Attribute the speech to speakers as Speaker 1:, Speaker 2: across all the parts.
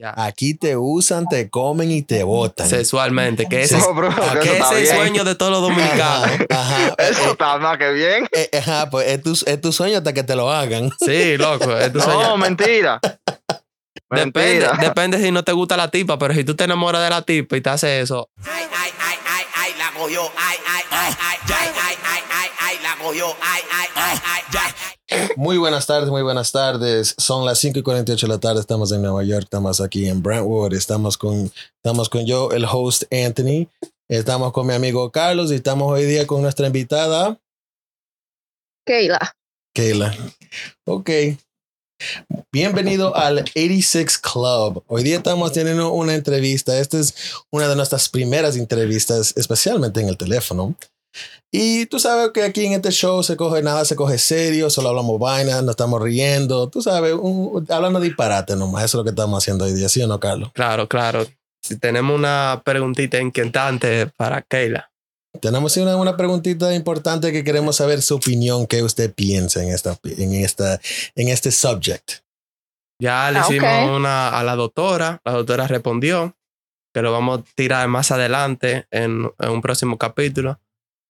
Speaker 1: Ya.
Speaker 2: Aquí te usan, te comen y te botan.
Speaker 1: Sexualmente, que ese,
Speaker 3: No, bro,
Speaker 2: ¿a
Speaker 3: que
Speaker 1: que ese
Speaker 3: eso
Speaker 1: es
Speaker 3: está
Speaker 1: el
Speaker 3: bien.
Speaker 1: sueño Eh, de todos los dominicanos.
Speaker 2: Ajá, ajá.
Speaker 3: Eso está más que bien.
Speaker 2: Eh, eh, ajá, pues es tu, es tu sueño hasta que te lo hagan.
Speaker 1: Sí, loco, es tu
Speaker 3: No,
Speaker 1: sueño.
Speaker 3: mentira.
Speaker 1: Depende,
Speaker 3: Mentira.
Speaker 1: depende si no te gusta la tipa, pero si tú te enamoras de la tipa y te hace eso,
Speaker 4: Ay, ay, ay, ay, ay, la cogió. Ay, ay, ay, ay, ay, ay, ay, ay, ay, la cogió. Ay, ay, ay, ay, ay.
Speaker 2: Muy buenas tardes, muy buenas tardes. Son las 5 y 48 de la tarde. Estamos en Nueva York, estamos aquí en Brentwood. Estamos con, estamos con yo, el host Anthony. Estamos con mi amigo Carlos y estamos hoy día con nuestra invitada,
Speaker 5: Keila.
Speaker 2: Kayla. Ok. Bienvenido al 86 Club. Hoy día estamos teniendo una entrevista. Esta es una de nuestras primeras entrevistas, especialmente en el teléfono. Y tú sabes que aquí en este show se coge nada, se coge serio, solo hablamos vainas, nos estamos riendo, tú sabes, un- hablando de disparate nomás, eso es lo que estamos haciendo hoy día, ¿sí o no, Carlos?
Speaker 1: claro, claro. Si tenemos una preguntita inquietante para Keila.
Speaker 2: Tenemos una, una preguntita importante que queremos saber su opinión, qué usted piensa en, esta, en, esta, en este subject.
Speaker 1: Ya le
Speaker 5: Ah,
Speaker 1: hicimos
Speaker 5: ok.
Speaker 1: una a la doctora, la doctora respondió, que lo vamos a tirar más adelante en, en un próximo capítulo.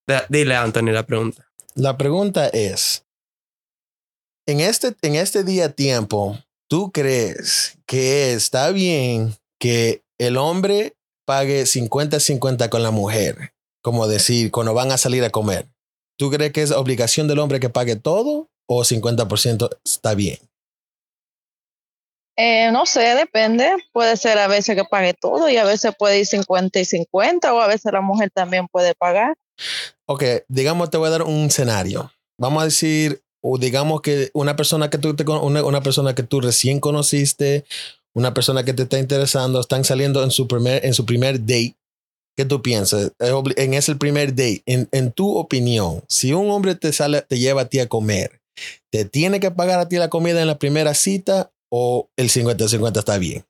Speaker 1: De- dile, Anthony, la pregunta.
Speaker 2: La pregunta es, en este, en este día tiempo, ¿tú crees que está bien que el hombre pague 50-50 con la mujer? Como decir, cuando van a salir a comer. ¿Tú crees que es obligación del hombre que pague todo o 50% está bien?
Speaker 5: Eh, no sé, depende. Puede ser a veces que pague todo y a veces puede ir 50 y 50 o a veces la mujer también puede pagar.
Speaker 2: Ok, digamos, te voy a dar un escenario. Vamos a decir, o digamos que una persona que tú, te con- una, una persona que tú recién conociste, una persona que te está interesando, están saliendo en su primer, en su primer date. ¿Qué tú piensas? Es obli- En ese primer date, en, en tu opinión, si un hombre te sale, te lleva a ti a comer, ¿te tiene que pagar a ti la comida en la primera cita o el 50-50 está bien?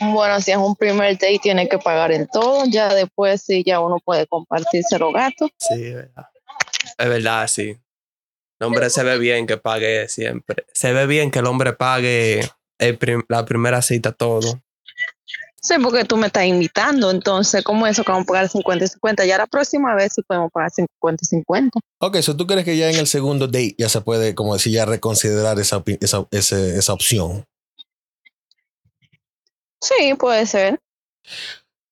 Speaker 5: Bueno, si es un primer date tiene que pagar el todo, ya después sí, ya uno puede compartirse los gastos.
Speaker 1: Sí, es verdad. Es verdad, sí. El hombre se ve bien que pague siempre. Se ve bien que el hombre pague el prim- la primera cita todo.
Speaker 5: Sí, porque tú me estás invitando, entonces, ¿cómo eso que vamos a pagar 50 y 50? Ya la próxima vez sí podemos pagar 50 y 50.
Speaker 2: Ok, so ¿tú crees que ya en el segundo date ya se puede, como decir, ya reconsiderar esa, opi- esa, ese- esa opción?
Speaker 5: Sí, puede ser.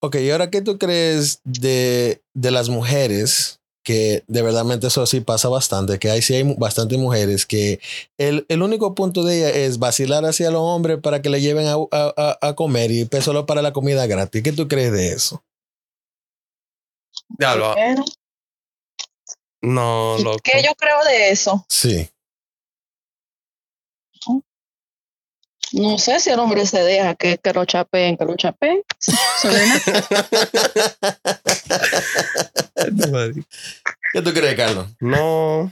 Speaker 2: Ok, ¿y ahora qué tú crees de, de las mujeres? Que de verdad eso sí pasa bastante, que ahí sí hay mu- bastantes mujeres que el, el único punto de ella es vacilar hacia los hombres para que le lleven a, a- a- a comer y pues, solo para la comida gratis. ¿Qué tú crees de eso?
Speaker 1: Diablo.
Speaker 5: Bueno,
Speaker 1: No, loco.
Speaker 5: ¿Qué yo creo de eso?
Speaker 2: Sí.
Speaker 5: No sé si el hombre se deja que, que lo chapeen, que lo chapeen. Selena.
Speaker 2: ¿Qué tú crees, Carlos?
Speaker 1: No.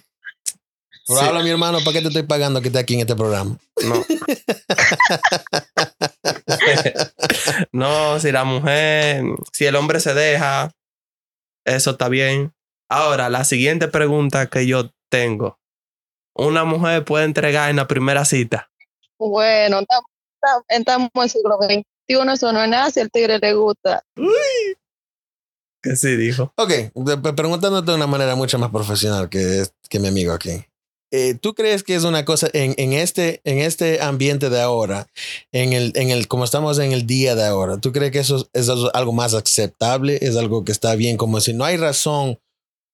Speaker 2: Pero
Speaker 1: Sí.
Speaker 2: habla mi hermano, ¿para qué te estoy pagando que esté aquí en este programa?
Speaker 1: No. no, si la mujer, si el hombre se deja, eso está bien. Ahora, la siguiente pregunta que yo tengo. ¿Una mujer puede entregar en la primera cita?
Speaker 5: Bueno, tam- tam- estamos en el siglo XXI, eso no es nada si el tigre le gusta.
Speaker 1: Que sí, dijo.
Speaker 2: Ok, de- pre- preguntándote de una manera mucho más profesional que, es- que mi amigo aquí. Eh, ¿Tú crees que es una cosa en, en este, en este ambiente de ahora, en el, en el, como estamos en el día de ahora, ¿tú crees que eso es, eso es algo más aceptable? ¿Es algo que está bien? Como si no hay razón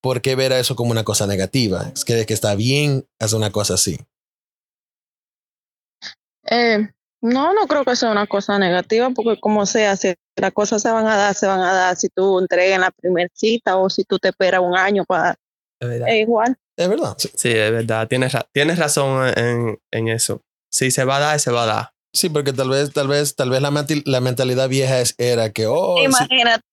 Speaker 2: por qué ver a eso como una cosa negativa. ¿Crees que está bien hacer una cosa así?
Speaker 5: Eh, no, no creo que sea una cosa negativa, porque como sea, si las cosas se van a dar, se van a dar. Si tú entregas en la primera cita o si tú te esperas un año para
Speaker 1: Es verdad.
Speaker 5: es igual.
Speaker 2: Es verdad. Sí,
Speaker 1: Sí, es verdad. Tienes, ra- tienes razón en, en eso. Si se va a dar, se va a dar.
Speaker 2: Sí, porque tal vez, tal vez, tal vez la, menti- la mentalidad vieja es, era que, oh, sí,
Speaker 5: Imagínate,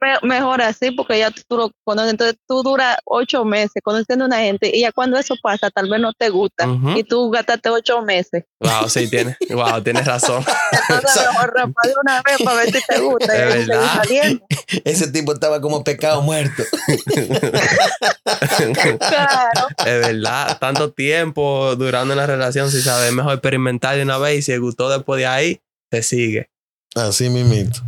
Speaker 5: me- mejor así, porque ya tú lo conoces. Entonces tú duras ocho meses conociendo a una gente y ya cuando eso pasa, tal vez no te gusta.
Speaker 1: Ujú.
Speaker 5: Y tú gastaste ocho meses.
Speaker 1: Wow, sí, tienes, wow, tienes razón.
Speaker 5: Entonces, mejor rapa de una vez para ver si te gusta.
Speaker 1: Es
Speaker 5: y ahí seguir
Speaker 1: verdad.
Speaker 5: saliendo.
Speaker 2: ese tipo estaba como pecado muerto.
Speaker 1: es
Speaker 5: Claro.
Speaker 1: verdad. Tanto tiempo durando en la relación, si sabes, mejor experimentar de una vez y si gustó después de ahí, te sigue.
Speaker 2: Así mismito.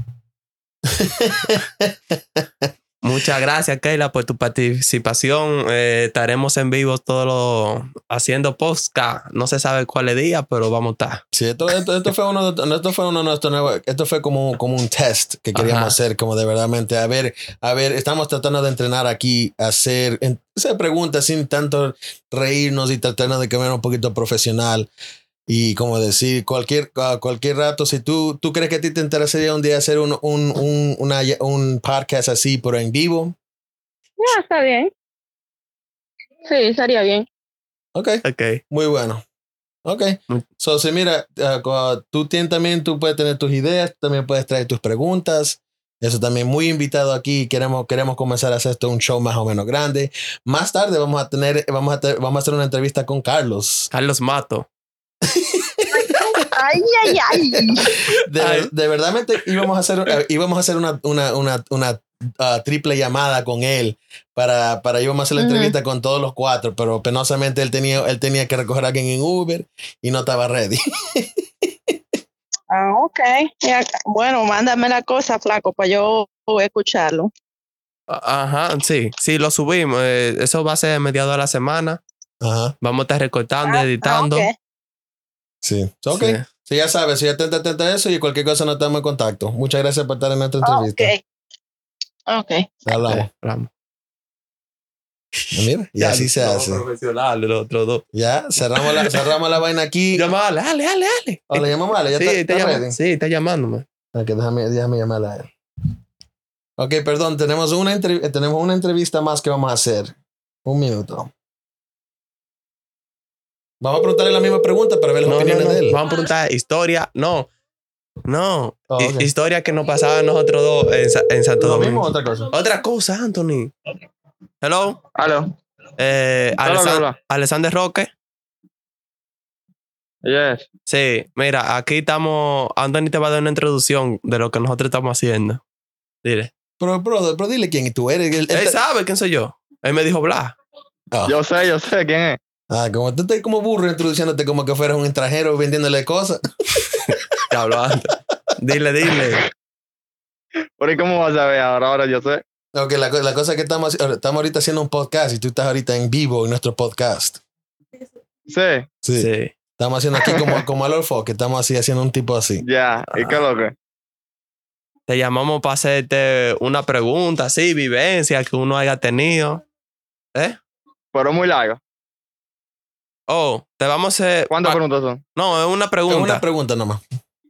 Speaker 1: Muchas gracias, Keila, por tu participación. Eh, estaremos en vivo todos los haciendo podcast. No se sabe cuál es el día, pero vamos a estar.
Speaker 2: Sí, esto, esto, esto fue uno de, esto fue uno de nuestros nuevos- esto fue como, como un test que queríamos
Speaker 1: Ajá.
Speaker 2: hacer, como de verdaderamente, a ver, a ver, estamos tratando de entrenar aquí, hacer, en- hacer preguntas sin tanto reírnos y tratando de cambiar un poquito profesional y como decir, cualquier, a cualquier rato, si tú, tú crees que a ti te interesaría un día hacer un, un, un, una- un podcast así, pero en vivo,
Speaker 5: Ya, Ah, está bien. Sí, estaría bien.
Speaker 2: ok.
Speaker 1: Ok.
Speaker 2: Muy bueno. Ok.
Speaker 1: Mm.
Speaker 2: So, si mira, ah, cua- tú tien- también tú puedes tener tus ideas, también puedes traer tus preguntas. Eso también muy invitado aquí. Queremos, queremos comenzar a hacer esto un show más o menos grande. Más tarde vamos a tener, vamos a, te- vamos a hacer una entrevista con Carlos.
Speaker 1: Carlos Mato.
Speaker 5: Ay, ay, ay.
Speaker 2: De,
Speaker 1: Ay.
Speaker 2: de verdaderamente íbamos a hacer, eh, íbamos a hacer una, una, una, una, ah, triple llamada con él para, para íbamos a hacer la
Speaker 5: Ujú.
Speaker 2: entrevista con todos los cuatro, pero penosamente él tenía, él tenía que recoger a alguien en Uber y no estaba ready.
Speaker 5: Ah, ok. Ya, bueno, mándame la cosa, flaco, para yo escucharlo.
Speaker 1: A- Ajá, sí. Sí, lo subimos. Eh, eso va a ser mediados de la semana.
Speaker 2: Ajá.
Speaker 1: Vamos a estar recortando,
Speaker 5: Ah,
Speaker 1: editando.
Speaker 5: ah, ok.
Speaker 2: Sí. So, ok.
Speaker 1: Sí.
Speaker 2: Sí, ya sabes, si atenta, atenta a eso y cualquier cosa nos estamos en contacto. Muchas gracias por estar en nuestra
Speaker 5: Ah,
Speaker 2: entrevista.
Speaker 5: Ok. Ok.
Speaker 2: Hablamos.
Speaker 1: Sí, hablamos.
Speaker 2: Mira, y así se
Speaker 1: somos
Speaker 2: hace.
Speaker 1: profesionales los otros dos.
Speaker 2: Ya, cerramos la, cerramos la vaina aquí.
Speaker 1: Llamale, dale, dale, dale.
Speaker 2: O le llamamos a Ale, ya
Speaker 1: sí,
Speaker 2: está,
Speaker 1: está
Speaker 2: está
Speaker 1: llama-
Speaker 2: ready.
Speaker 1: sí, está llamándome.
Speaker 2: Ok, déjame, déjame llamarla a él. Ok, perdón, tenemos una, entrev- eh, tenemos una entrevista más que vamos a hacer. Un minuto. Vamos a preguntarle la misma pregunta para ver las
Speaker 1: No, no,
Speaker 2: opiniones
Speaker 1: no.
Speaker 2: de él.
Speaker 1: Vamos a preguntar historia. No, no.
Speaker 2: Oh,
Speaker 1: Hi-
Speaker 2: ok.
Speaker 1: Historia que nos pasaba a nosotros dos en, Sa- en Santo
Speaker 2: ¿Lo mismo
Speaker 1: Domingo.
Speaker 2: o otra cosa?
Speaker 1: Otra cosa, Anthony. Hello.
Speaker 3: Aló.
Speaker 1: Eh,
Speaker 3: Hola,
Speaker 1: Alexan-
Speaker 3: hola,
Speaker 1: Alexander Roque.
Speaker 3: hola. Yes.
Speaker 1: Sí, mira, aquí estamos. Anthony te va a dar una introducción de lo que nosotros estamos haciendo. Dile.
Speaker 2: Pero, brother, pero dile quién tú eres. Él- él
Speaker 1: Él
Speaker 2: te-
Speaker 1: sabe quién soy yo. Él me dijo bla.
Speaker 2: Ah.
Speaker 3: Yo sé, yo sé quién es.
Speaker 2: Ah, como tú estás como burro introduciéndote como que fueras un extranjero vendiéndole cosas.
Speaker 1: Te hablo antes. Dile, dile.
Speaker 3: Por ahí, ¿cómo vas a ver ahora? Ahora yo sé.
Speaker 2: Ok, la, co- la cosa es que estamos, ahora estamos ahorita haciendo un podcast y tú estás ahorita en vivo en nuestro podcast.
Speaker 3: Sí,
Speaker 2: Sí.
Speaker 1: Sí.
Speaker 2: Estamos haciendo aquí como, como al Orfo, que estamos así haciendo un tipo así.
Speaker 3: ya. ¿Y qué lo que?
Speaker 1: Te llamamos para hacerte una pregunta, sí, vivencia que uno haya tenido. ¿Eh?
Speaker 3: Pero muy largo.
Speaker 1: Oh, te vamos a hacer.
Speaker 3: ¿Cuántas
Speaker 1: pa-
Speaker 3: preguntas son?
Speaker 1: No, es una
Speaker 2: Es
Speaker 1: pregunta.
Speaker 2: una pregunta nomás.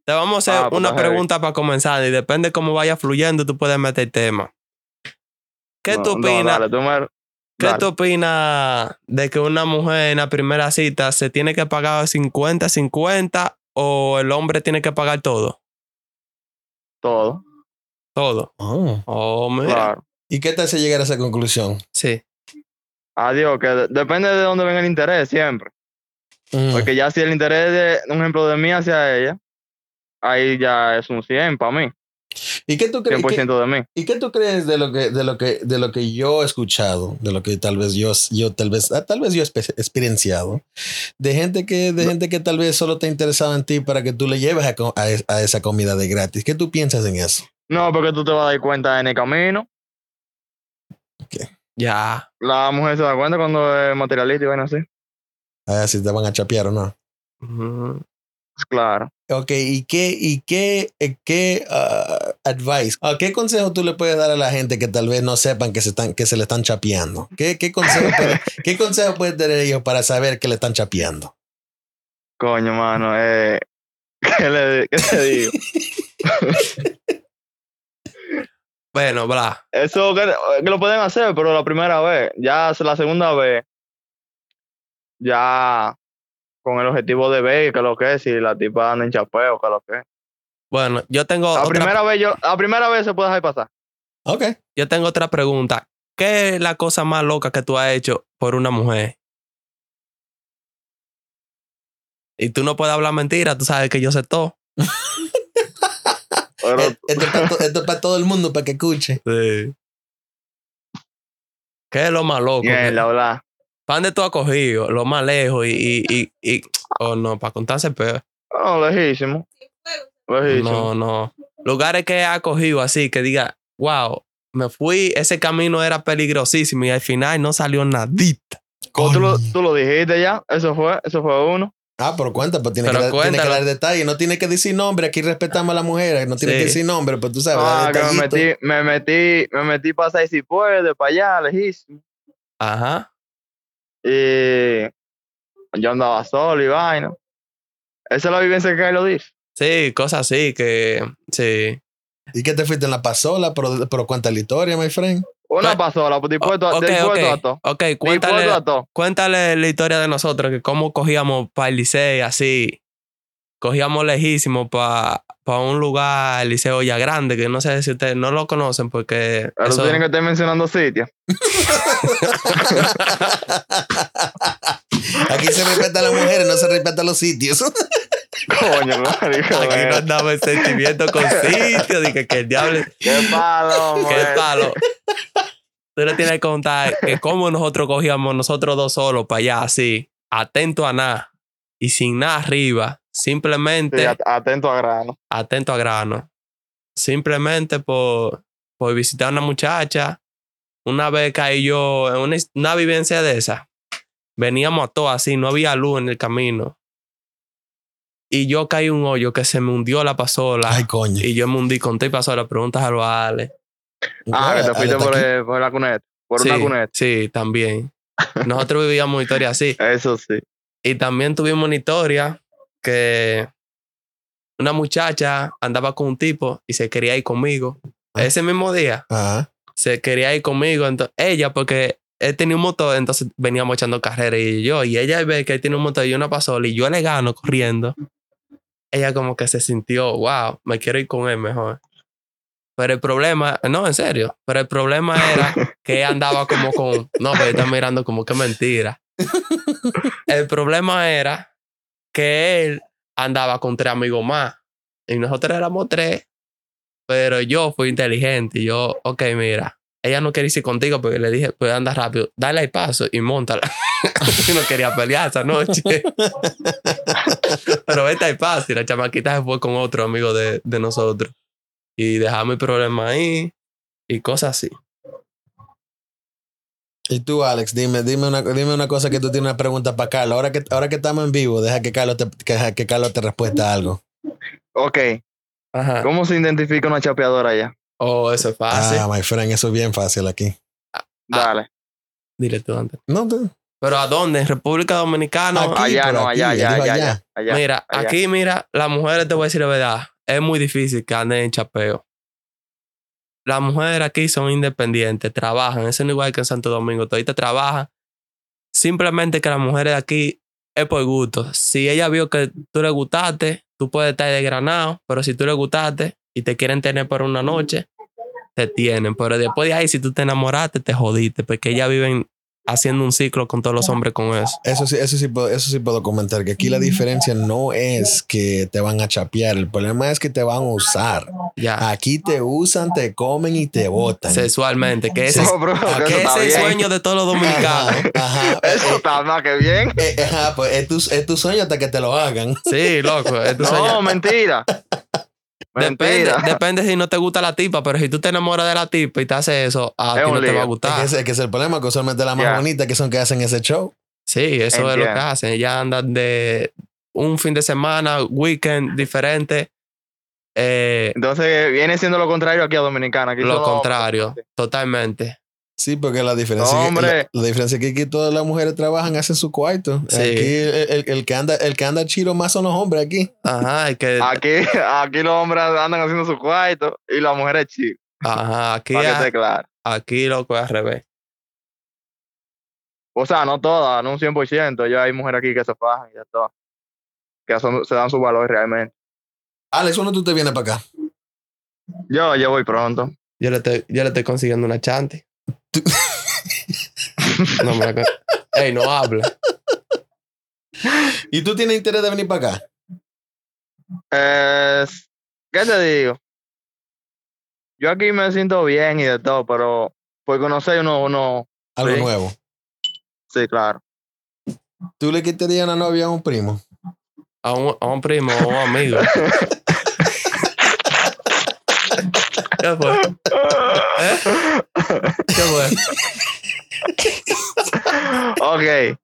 Speaker 1: Te vamos a hacer
Speaker 3: Ah, pues
Speaker 1: una
Speaker 3: está heavy.
Speaker 1: pregunta para comenzar y depende cómo vaya fluyendo, tú puedes meter tema. ¿Qué
Speaker 3: No,
Speaker 1: tú
Speaker 3: no,
Speaker 1: opinas?
Speaker 3: dale, tú me-
Speaker 1: ¿Qué
Speaker 3: dale.
Speaker 1: tú opinas de que una mujer en la primera cita se tiene que pagar 50-50 o el hombre tiene que pagar todo?
Speaker 3: Todo.
Speaker 1: Todo.
Speaker 2: Ah.
Speaker 1: Oh, mira.
Speaker 3: Claro.
Speaker 2: ¿Y qué te hace llegar a esa conclusión?
Speaker 1: Sí.
Speaker 3: Adiós, Ah, que de- depende de dónde venga el interés siempre.
Speaker 2: Mm,
Speaker 3: Porque ya si el interés de, un ejemplo, de mí hacia ella, ahí ya es un 100 para mí.
Speaker 2: ¿Y qué tú crees?
Speaker 3: 100% de mí.
Speaker 2: ¿Y qué tú crees de lo que de lo que de lo que yo he escuchado, de lo que tal vez yo yo tal vez ah, tal vez yo he espe- experienciado de gente que de gente que tal vez solo te ha interesado en ti para que tú le lleves a, co- a es- a esa comida de gratis? ¿Qué tú piensas en eso?
Speaker 3: No, porque tú te vas a dar cuenta en el camino.
Speaker 1: Ya.
Speaker 3: La mujer se da cuenta cuando es materialista y bueno, así.
Speaker 2: A ver si te van a chapear o no.
Speaker 1: Mm.
Speaker 3: Claro.
Speaker 2: Ok, ¿y qué y qué eh, qué ah, advice? ah, ¿Qué consejo tú le puedes dar a la gente que tal vez no sepan que se están que se le están chapeando? ¿Qué qué consejo puede- qué consejo pueden tener ellos para saber que le están chapeando?
Speaker 3: Coño, mano, eh, ¿qué, le, ¿qué te digo?
Speaker 1: Bueno, bla.
Speaker 3: Eso que, eh, que lo pueden hacer, pero la primera vez, ya s- la segunda vez, ya con el objetivo de ver que lo que es, si la tipa anda en chapeo, que lo que es.
Speaker 1: Bueno, yo tengo,
Speaker 3: La
Speaker 1: otra,
Speaker 3: primera vez, yo, la primera vez se puede dejar pasar.
Speaker 2: Ok.
Speaker 1: yo tengo otra pregunta. ¿Qué es la cosa más loca que tú has hecho por una mujer? Y tú no puedes hablar mentira, tú sabes que yo sé todo.
Speaker 3: Pero
Speaker 2: Eh, Esto es, para todo el mundo para que escuche.
Speaker 1: Sí. ¿Qué es lo más loco?
Speaker 3: bien, la verdad.
Speaker 1: ¿Pan de tú has cogido? Lo más lejos y... y, y, y- oh, no, para contarse peor.
Speaker 3: No, lejísimo. Lo has dicho.
Speaker 1: No, no. Lugares que ha cogido así, que diga, wow, me fui, ese camino era peligrosísimo y al final no salió nadita.
Speaker 3: Tú, lo,
Speaker 2: Coño.
Speaker 3: tú lo dijiste ya, eso fue, eso fue uno.
Speaker 2: Ah, pero cuenta, pues tiene,
Speaker 1: Pero
Speaker 2: que, dar- tiene que
Speaker 1: cuéntalo.
Speaker 2: dar detalle. No tiene que decir nombre. Aquí respetamos a las mujeres. No tiene
Speaker 1: Sí.
Speaker 2: que decir nombre, pues tú sabes.
Speaker 3: Ah,
Speaker 2: dar
Speaker 3: que me
Speaker 2: detallito.
Speaker 3: metí, me metí, me metí para seis y puede, para allá, lejísimo.
Speaker 1: Ajá.
Speaker 3: Y yo andaba solo y vaina. Esa es la vivencia que lo dice.
Speaker 1: Sí, cosas así que. Sí.
Speaker 2: ¿Y que te fuiste en la pasola? Pero, pero cuenta la historia, my friend.
Speaker 3: Una
Speaker 1: Bueno,
Speaker 3: pasola, pues, dispuesto, a-
Speaker 1: Ok,
Speaker 3: dispuesto
Speaker 1: ok,
Speaker 3: a todo.
Speaker 1: ok, cuéntale,
Speaker 3: Dispuesto a todo.
Speaker 1: cuéntale la historia de nosotros, que cómo cogíamos para el liceo así. Cogíamos lejísimo para un lugar, el liceo ya grande, que no sé si ustedes no lo conocen porque.
Speaker 3: Pero tú
Speaker 1: eso-
Speaker 3: tienes que estar mencionando sitios.
Speaker 2: Aquí se respeta a las mujeres, no se respeta a los sitios.
Speaker 3: Ah, Coño, marico,
Speaker 1: Aquí no
Speaker 3: bueno.
Speaker 1: andaba el sentimiento con sitio, dije que el diablo.
Speaker 3: Qué palo,
Speaker 1: Qué
Speaker 3: mujer.
Speaker 1: palo. Tú le tienes que contar que cómo nosotros cogíamos nosotros dos solos para allá, así, atento a nada y sin nada arriba, simplemente
Speaker 3: Sí, at- atento a grano.
Speaker 1: atento a grano, simplemente por, por visitar a una muchacha. Una vez caí yo en una, his- una vivencia de esa, veníamos a todo así, no había luz en el camino. Y yo caí en un hoyo que se me hundió la pasola.
Speaker 2: Ay, coño.
Speaker 1: y yo me hundí con tres pasolas. Preguntas a los Ale.
Speaker 3: Ah, que te
Speaker 2: Ale,
Speaker 3: fuiste
Speaker 2: hasta
Speaker 3: por,
Speaker 2: aquí.
Speaker 3: el- por la cuneta. Por
Speaker 1: sí,
Speaker 3: una cuneta.
Speaker 1: Sí, también. Nosotros vivíamos historia así.
Speaker 3: Eso sí.
Speaker 1: Y también tuvimos una historia que una muchacha andaba con un tipo y se quería ir conmigo.
Speaker 2: Ah.
Speaker 1: Ese mismo día
Speaker 2: Ajá.
Speaker 1: se quería ir conmigo. Entonces, ella, porque él tenía un motor, entonces veníamos echando carrera y yo. Y ella ve que él tiene un motor y una pasola y yo le gano corriendo. Ella como que se sintió, wow, me quiero ir con él mejor. Pero el problema, no, en serio, pero el problema era que ella andaba como con, no, pero está mirando como que mentira. El problema era que él andaba con tres amigos más y nosotros éramos tres, pero yo fui inteligente y yo, ok, mira, ella no quiere irse contigo porque le dije, pues anda rápido, dale el paso y montala. Yo no quería pelear esa noche. pero esta es fácil, la chamaquita se fue con otro amigo de, de nosotros y dejamos el problema ahí y cosas así.
Speaker 2: Y tú, Alex, dime, dime, una, dime una cosa que tú tienes una pregunta para Carlos. Ahora que, ahora que estamos en vivo, deja que Carlos te, que, deja que Carlos te respuesta algo.
Speaker 3: Ok.
Speaker 1: Ajá.
Speaker 3: ¿Cómo se identifica una chapeadora ya?
Speaker 1: Oh, eso es fácil.
Speaker 2: Ah, my friend, eso es bien fácil aquí.
Speaker 3: Dale.
Speaker 1: Dile tú antes.
Speaker 2: No, tú-
Speaker 1: Pero ¿a dónde? ¿En República Dominicana?
Speaker 2: aquí,
Speaker 3: allá
Speaker 2: por
Speaker 3: no,
Speaker 2: aquí,
Speaker 3: allá, allá,
Speaker 2: él dijo
Speaker 3: allá, allá. allá.
Speaker 1: mira,
Speaker 3: allá.
Speaker 1: aquí, mira, las mujeres, te voy a decir la verdad, es muy difícil que anden en chapeo. Las mujeres aquí son independientes, trabajan, eso no es igual que en Santo Domingo, todavía trabajan. Simplemente que las mujeres de aquí es por gusto. Si ella vio que tú le gustaste, tú puedes estar de granado, pero si tú le gustaste y te quieren tener por una noche, te tienen. Pero después de ahí, si tú te enamoraste, te jodiste, porque ellas viven haciendo un ciclo con todos los hombres con eso.
Speaker 2: Eso sí, eso sí, puedo, eso sí puedo comentar, que aquí la diferencia no es que te van a chapear, el problema es que te van a usar.
Speaker 1: Ya.
Speaker 2: Aquí te usan, te comen y te botan.
Speaker 1: sexualmente, que ese,
Speaker 2: Sí.
Speaker 3: No, bro,
Speaker 2: ¿a
Speaker 1: que ese Ah,
Speaker 3: que eso
Speaker 1: es
Speaker 3: está
Speaker 1: el
Speaker 3: bien.
Speaker 1: sueño Eh. de todos los dominicanos.
Speaker 2: Ajá, ajá.
Speaker 3: Eso está más que bien.
Speaker 2: Eh, eh, ajá, pues es tu, es tu sueño hasta que te lo hagan.
Speaker 1: Sí, loco, es tu sueño.
Speaker 3: No, mentira.
Speaker 1: Depende,
Speaker 3: mentira.
Speaker 1: depende si no te gusta la tipa, pero si tú te enamoras de la tipa y te hace eso, a
Speaker 3: Es
Speaker 1: ti
Speaker 3: un
Speaker 1: no te
Speaker 3: lío.
Speaker 1: va a
Speaker 2: Es que
Speaker 1: gustar.
Speaker 2: ese, es que ese es el problema, que usualmente las más
Speaker 3: Ya.
Speaker 2: bonitas que son que hacen ese show.
Speaker 1: Sí, eso es lo que
Speaker 3: Entiendo.
Speaker 1: hacen. Ellas andan de un fin de semana, weekend diferente. Eh,
Speaker 3: Entonces viene siendo lo contrario aquí a Dominicana. Aquí
Speaker 1: lo
Speaker 3: somos-
Speaker 1: contrario, totalmente.
Speaker 2: Sí, porque la diferencia,
Speaker 3: No, hombre.
Speaker 2: la, la diferencia es que aquí todas las mujeres trabajan, hacen su cuarto.
Speaker 1: Sí.
Speaker 2: Aquí el, el- el que anda, el que anda chido más son los hombres aquí.
Speaker 1: Ajá, es que,
Speaker 3: Aquí, aquí los hombres andan haciendo su cuarto y las mujeres chicas.
Speaker 1: ajá, aquí,
Speaker 3: Para que esté claro.
Speaker 1: aquí loco es al revés.
Speaker 3: O sea, no todas, no un 100%. Ya hay mujeres aquí que se fajan y ya todo. Que son- se dan su valor realmente.
Speaker 2: Alex, ¿cuándo tú te vienes para acá?
Speaker 3: Yo, yo voy pronto.
Speaker 1: Yo le estoy, yo le estoy consiguiendo una chante. no me la con- Ey, no habla.
Speaker 2: ¿Y tú tienes interés de venir para acá?
Speaker 3: Eh, ¿Qué te digo? Yo aquí me siento bien y de todo, pero por conocer uno, uno,
Speaker 2: Algo
Speaker 3: Sí.
Speaker 2: nuevo.
Speaker 3: sí, claro.
Speaker 2: ¿Tú le quitarías una novia a un primo?
Speaker 1: a un, a un primo o a un amigo. ¿Qué fue? ¿Qué fue?
Speaker 3: ok.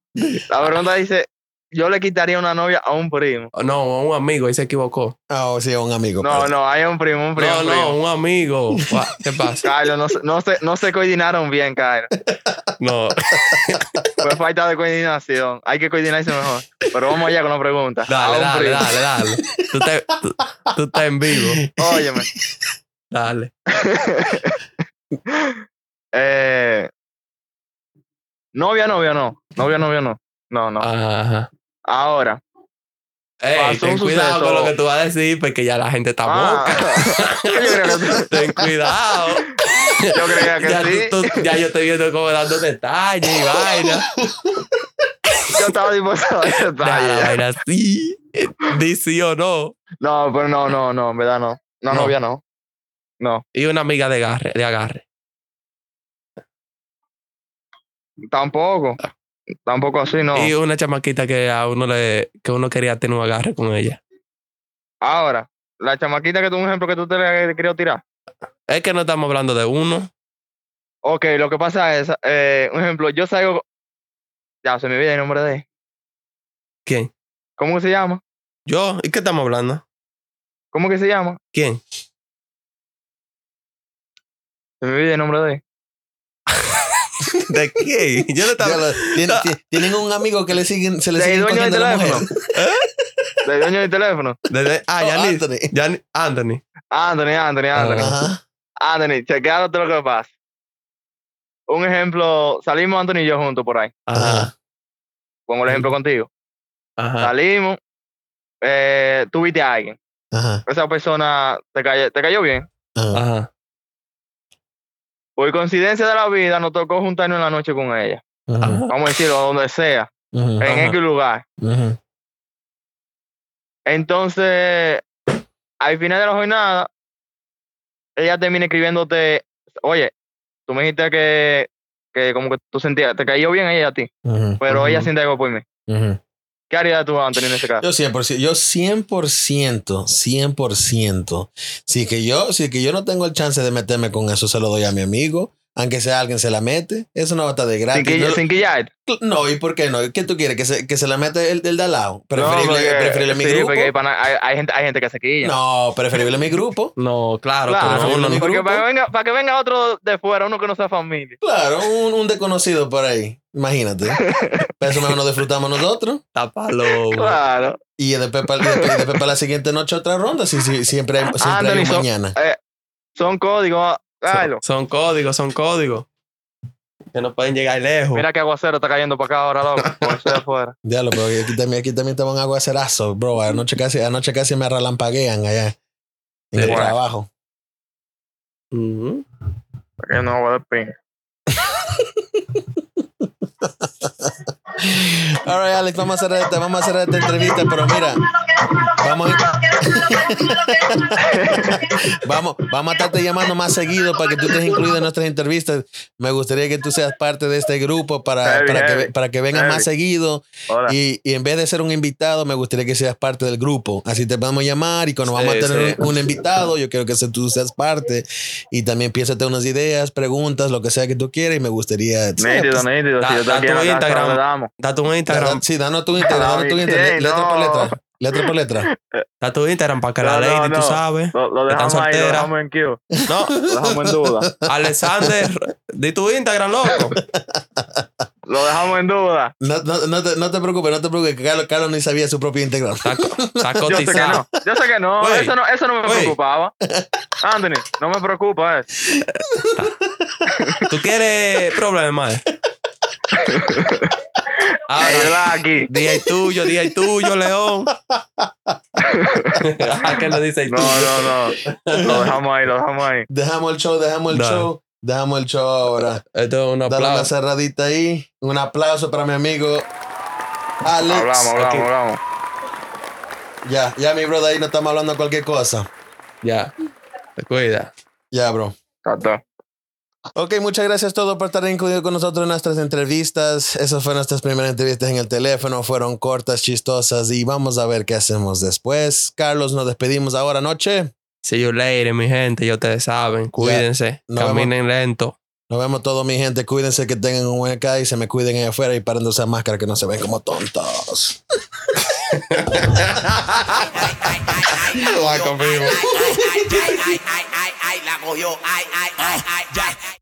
Speaker 3: La pregunta dice: Yo le quitaría una novia a un primo.
Speaker 1: No, un amigo, ahí se equivocó.
Speaker 2: Ah, o sea, un amigo.
Speaker 3: No,
Speaker 2: perdón.
Speaker 3: no, hay un primo, un primo.
Speaker 1: No,
Speaker 3: un
Speaker 1: no,
Speaker 3: primo.
Speaker 1: un amigo. Gua- ¿Qué pasa?
Speaker 3: Carlos, no, se- no, se, no se coordinaron bien, Carlos.
Speaker 1: No,
Speaker 3: Fue falta de coordinación. Hay que coordinarse mejor. Pero vamos allá con la pregunta. a
Speaker 1: dale,
Speaker 3: un
Speaker 1: dale,
Speaker 3: primo.
Speaker 1: dale, dale. Tú te- tú- tú estás en vivo.
Speaker 3: Óyeme.
Speaker 1: Dale.
Speaker 3: Eh, novia, novia, no. Novia, novia, no. No, no.
Speaker 1: Ajá. ajá.
Speaker 3: Ahora.
Speaker 1: Ey,
Speaker 3: Pasó un
Speaker 1: ten cuidado
Speaker 3: suceso.
Speaker 1: con lo que tú vas a decir, porque ya la gente está
Speaker 3: Ah,
Speaker 1: boca.
Speaker 3: yo creo que,
Speaker 1: Ten cuidado.
Speaker 3: yo creía que
Speaker 1: ya,
Speaker 3: sí.
Speaker 1: tú- tú- ya yo estoy viendo como dando detalles y vaina.
Speaker 3: Yo estaba dispuesto a ese
Speaker 1: Deja la
Speaker 3: detalle.
Speaker 1: vaina sí. Di sí o no.
Speaker 3: No, pero no, no, no, en verdad no. No,
Speaker 1: No.
Speaker 3: novia no. No,
Speaker 1: Y una amiga de agarre. De agarre.
Speaker 3: tampoco.
Speaker 2: Ah.
Speaker 3: Tampoco así, no.
Speaker 1: Y una chamaquita que a uno le, que uno quería tener un agarre con ella.
Speaker 3: Ahora, la chamaquita que tú, un ejemplo que tú te le querías tirar.
Speaker 1: Es que no estamos hablando de uno.
Speaker 3: Ok, lo que pasa es, eh, un ejemplo, yo salgo. Ya se me olvidó el nombre de. él.
Speaker 1: ¿Quién?
Speaker 3: ¿Cómo se llama?
Speaker 1: Yo. ¿Y qué estamos hablando?
Speaker 3: ¿Cómo que se llama?
Speaker 1: ¿Quién?
Speaker 3: Se me olvidó el nombre de. él.
Speaker 1: ¿De quién? Yo
Speaker 2: Ya
Speaker 1: no estaba.
Speaker 2: lo- tienen, ti- tienen un amigo que le siguen, se le
Speaker 3: Del
Speaker 2: siguen
Speaker 3: dueño
Speaker 2: cogiendo
Speaker 3: del
Speaker 2: la
Speaker 3: teléfono.
Speaker 2: mujer.
Speaker 3: Del dueño del teléfono.
Speaker 1: Desde- ah,
Speaker 2: Oh,
Speaker 1: ya ni.
Speaker 2: Anthony.
Speaker 1: Ya ni- Anthony.
Speaker 3: Anthony, Anthony,
Speaker 2: Ah.
Speaker 3: Anthony.
Speaker 2: Ajá.
Speaker 3: Anthony, chequeate lo que pasa. Un ejemplo, salimos Anthony y yo juntos por ahí.
Speaker 1: Ajá.
Speaker 3: Pongo el ejemplo contigo.
Speaker 2: Ah.
Speaker 1: Ajá.
Speaker 3: Salimos, eh, tú viste a alguien.
Speaker 2: Ajá.
Speaker 3: Esa persona te cayó, te cayó bien.
Speaker 2: Ajá.
Speaker 1: Ajá.
Speaker 3: Por coincidencia de la vida, nos tocó juntarnos en la noche con ella.
Speaker 2: Ajá.
Speaker 1: Ajá.
Speaker 3: Vamos a decirlo, donde sea,
Speaker 2: Ajá.
Speaker 1: Ajá.
Speaker 3: en X lugar.
Speaker 2: Ajá.
Speaker 3: Entonces, al final de la jornada, ella termina escribiéndote, oye, tú me dijiste que, que como que tú sentías, te cayó bien ella a ti,
Speaker 2: Ajá.
Speaker 3: pero ella
Speaker 1: Ujú.
Speaker 3: siente algo por mí.
Speaker 2: Ajá.
Speaker 3: ¿Qué harías tú, Anthony, en ese caso?
Speaker 2: Yo 100%, yo 100%, 100%. Si que yo, si que yo no tengo el chance de meterme con eso, se lo doy a mi amigo, aunque sea alguien se la mete, eso no va a estar de
Speaker 3: Sin,
Speaker 2: gratis.
Speaker 3: quilla-
Speaker 2: No-
Speaker 3: sin quillarte.
Speaker 2: No, ¿y por qué no? ¿Qué tú quieres? ¿Que se, que se la mete el, el de al lado? Preferible,
Speaker 3: No, porque-
Speaker 2: preferible mi
Speaker 3: sí,
Speaker 2: grupo.
Speaker 3: porque hay, pana- hay- hay gente, hay gente que se quilla.
Speaker 2: No, preferible mi grupo.
Speaker 1: No, claro,
Speaker 3: Claro,
Speaker 1: que no, uno no.
Speaker 2: mi
Speaker 3: porque
Speaker 2: grupo.
Speaker 3: para que, venga, para que venga otro de fuera, uno que no sea familia.
Speaker 2: Claro, un, un desconocido por ahí. Imagínate. Para eso mejor nos disfrutamos nosotros.
Speaker 1: Tápalo.
Speaker 3: Claro.
Speaker 2: Y después para, después- después para la siguiente noche otra ronda. Sí, sí, siempre hay, siempre hay
Speaker 3: Anthony,
Speaker 2: un
Speaker 3: so-
Speaker 2: mañana.
Speaker 3: Son códigos. Carlos,
Speaker 1: Son, son códigos, son códigos. Que no pueden llegar lejos.
Speaker 3: mira que aguacero está cayendo para acá ahora, loco. Por eso de afuera.
Speaker 2: Diablo, pero aquí también, aquí también estaban aguacerazo, bro. Anoche casi, anoche casi me relampaguean allá en el
Speaker 1: Sí.
Speaker 2: trabajo.
Speaker 1: Ujú.
Speaker 3: Para que no voy a ping.
Speaker 2: All right, Alex, vamos a hacer esta, vamos a hacer esta entrevista, pero mira, vamos, vamos, vamos a estarte llamando más seguido para que tú estés incluido en nuestras entrevistas. Me gustaría que tú seas parte de este grupo para,
Speaker 3: Heavy,
Speaker 2: para, que,
Speaker 3: heavy,
Speaker 2: para que vengas
Speaker 3: heavy.
Speaker 2: más seguido
Speaker 3: Hola.
Speaker 2: y, y en vez de ser un invitado, me gustaría que seas parte del grupo. Así te vamos a llamar y cuando
Speaker 1: Sí,
Speaker 2: vamos a tener
Speaker 1: sí.
Speaker 2: un, un invitado, yo quiero que se- tú seas parte y también piénsate unas ideas, preguntas, lo que sea que tú quieras y me gustaría.
Speaker 3: Nítido,
Speaker 2: sí,
Speaker 3: nítido.
Speaker 1: pues, Da-
Speaker 3: Si yo
Speaker 1: da
Speaker 3: estoy
Speaker 1: tu
Speaker 3: aquí en la casa,
Speaker 1: Instagram.
Speaker 3: le damos.
Speaker 1: Da tu Instagram.
Speaker 2: sí, danos tu Instagram, danos tu
Speaker 3: Ay,
Speaker 2: Instagram,
Speaker 3: sí,
Speaker 2: letra por
Speaker 3: no.
Speaker 2: letra. Letra por letra.
Speaker 1: Da tu Instagram para que la
Speaker 3: No, no,
Speaker 1: lady, tú
Speaker 3: no.
Speaker 1: sabes.
Speaker 3: Lo, lo
Speaker 1: Están
Speaker 3: dejamos ahí, lo
Speaker 1: solteras.
Speaker 3: dejamos en queue.
Speaker 1: No,
Speaker 3: Lo dejamos en duda.
Speaker 1: Alexander, di tu Instagram, loco.
Speaker 3: Lo dejamos en duda.
Speaker 2: No, no, no te, no te preocupes, no te preocupes, que Carlos, Carlos ni sabía su propio Instagram.
Speaker 1: Está, co- está
Speaker 3: Yo sé que
Speaker 1: cotizado.
Speaker 3: no. Yo sé que no.
Speaker 1: Wey.
Speaker 3: Eso no, eso no me
Speaker 1: Wey.
Speaker 3: preocupaba. Anthony, no me preocupa eh. eso.
Speaker 1: Tú quieres problemas. eh? Ahora,
Speaker 3: Ayúdala aquí.
Speaker 1: día y tuyo, día y tuyo, León. ¿A qué lo dice y
Speaker 3: No,
Speaker 1: tuyo?
Speaker 3: no, no. Lo dejamos ahí, lo dejamos ahí.
Speaker 2: Dejamos el show, dejamos el
Speaker 1: Dale.
Speaker 2: show, dejamos el show ahora.
Speaker 1: Esto es un
Speaker 2: Dale una
Speaker 1: aplauso.
Speaker 2: cerradita ahí. Un aplauso para mi amigo Alex.
Speaker 3: Hablamos, hablamos,
Speaker 1: aquí.
Speaker 3: hablamos.
Speaker 2: Ya, ya, mi brother, ahí no estamos hablando cualquier cosa.
Speaker 1: Ya. Te cuida.
Speaker 2: Ya, bro.
Speaker 3: Tato.
Speaker 2: Ok, muchas gracias a todos por estar incluido con nosotros en nuestras entrevistas. Esas fueron nuestras primeras entrevistas en el teléfono. Fueron cortas, chistosas y vamos a ver qué hacemos después. Carlos, nos despedimos ahora noche.
Speaker 1: See you later, mi gente. Ya ustedes saben. Cuídense.
Speaker 2: nos vemos.
Speaker 1: caminen lento.
Speaker 2: Nos vemos todos, mi gente. Cuídense que tengan un buen acá y se me cuiden ahí afuera y paren de usar máscara que no se ven como tontos.
Speaker 1: Like a people.
Speaker 4: ay, ay, ay, ay, ay, ay, la cogió, ay, ay, ay, ay, ay.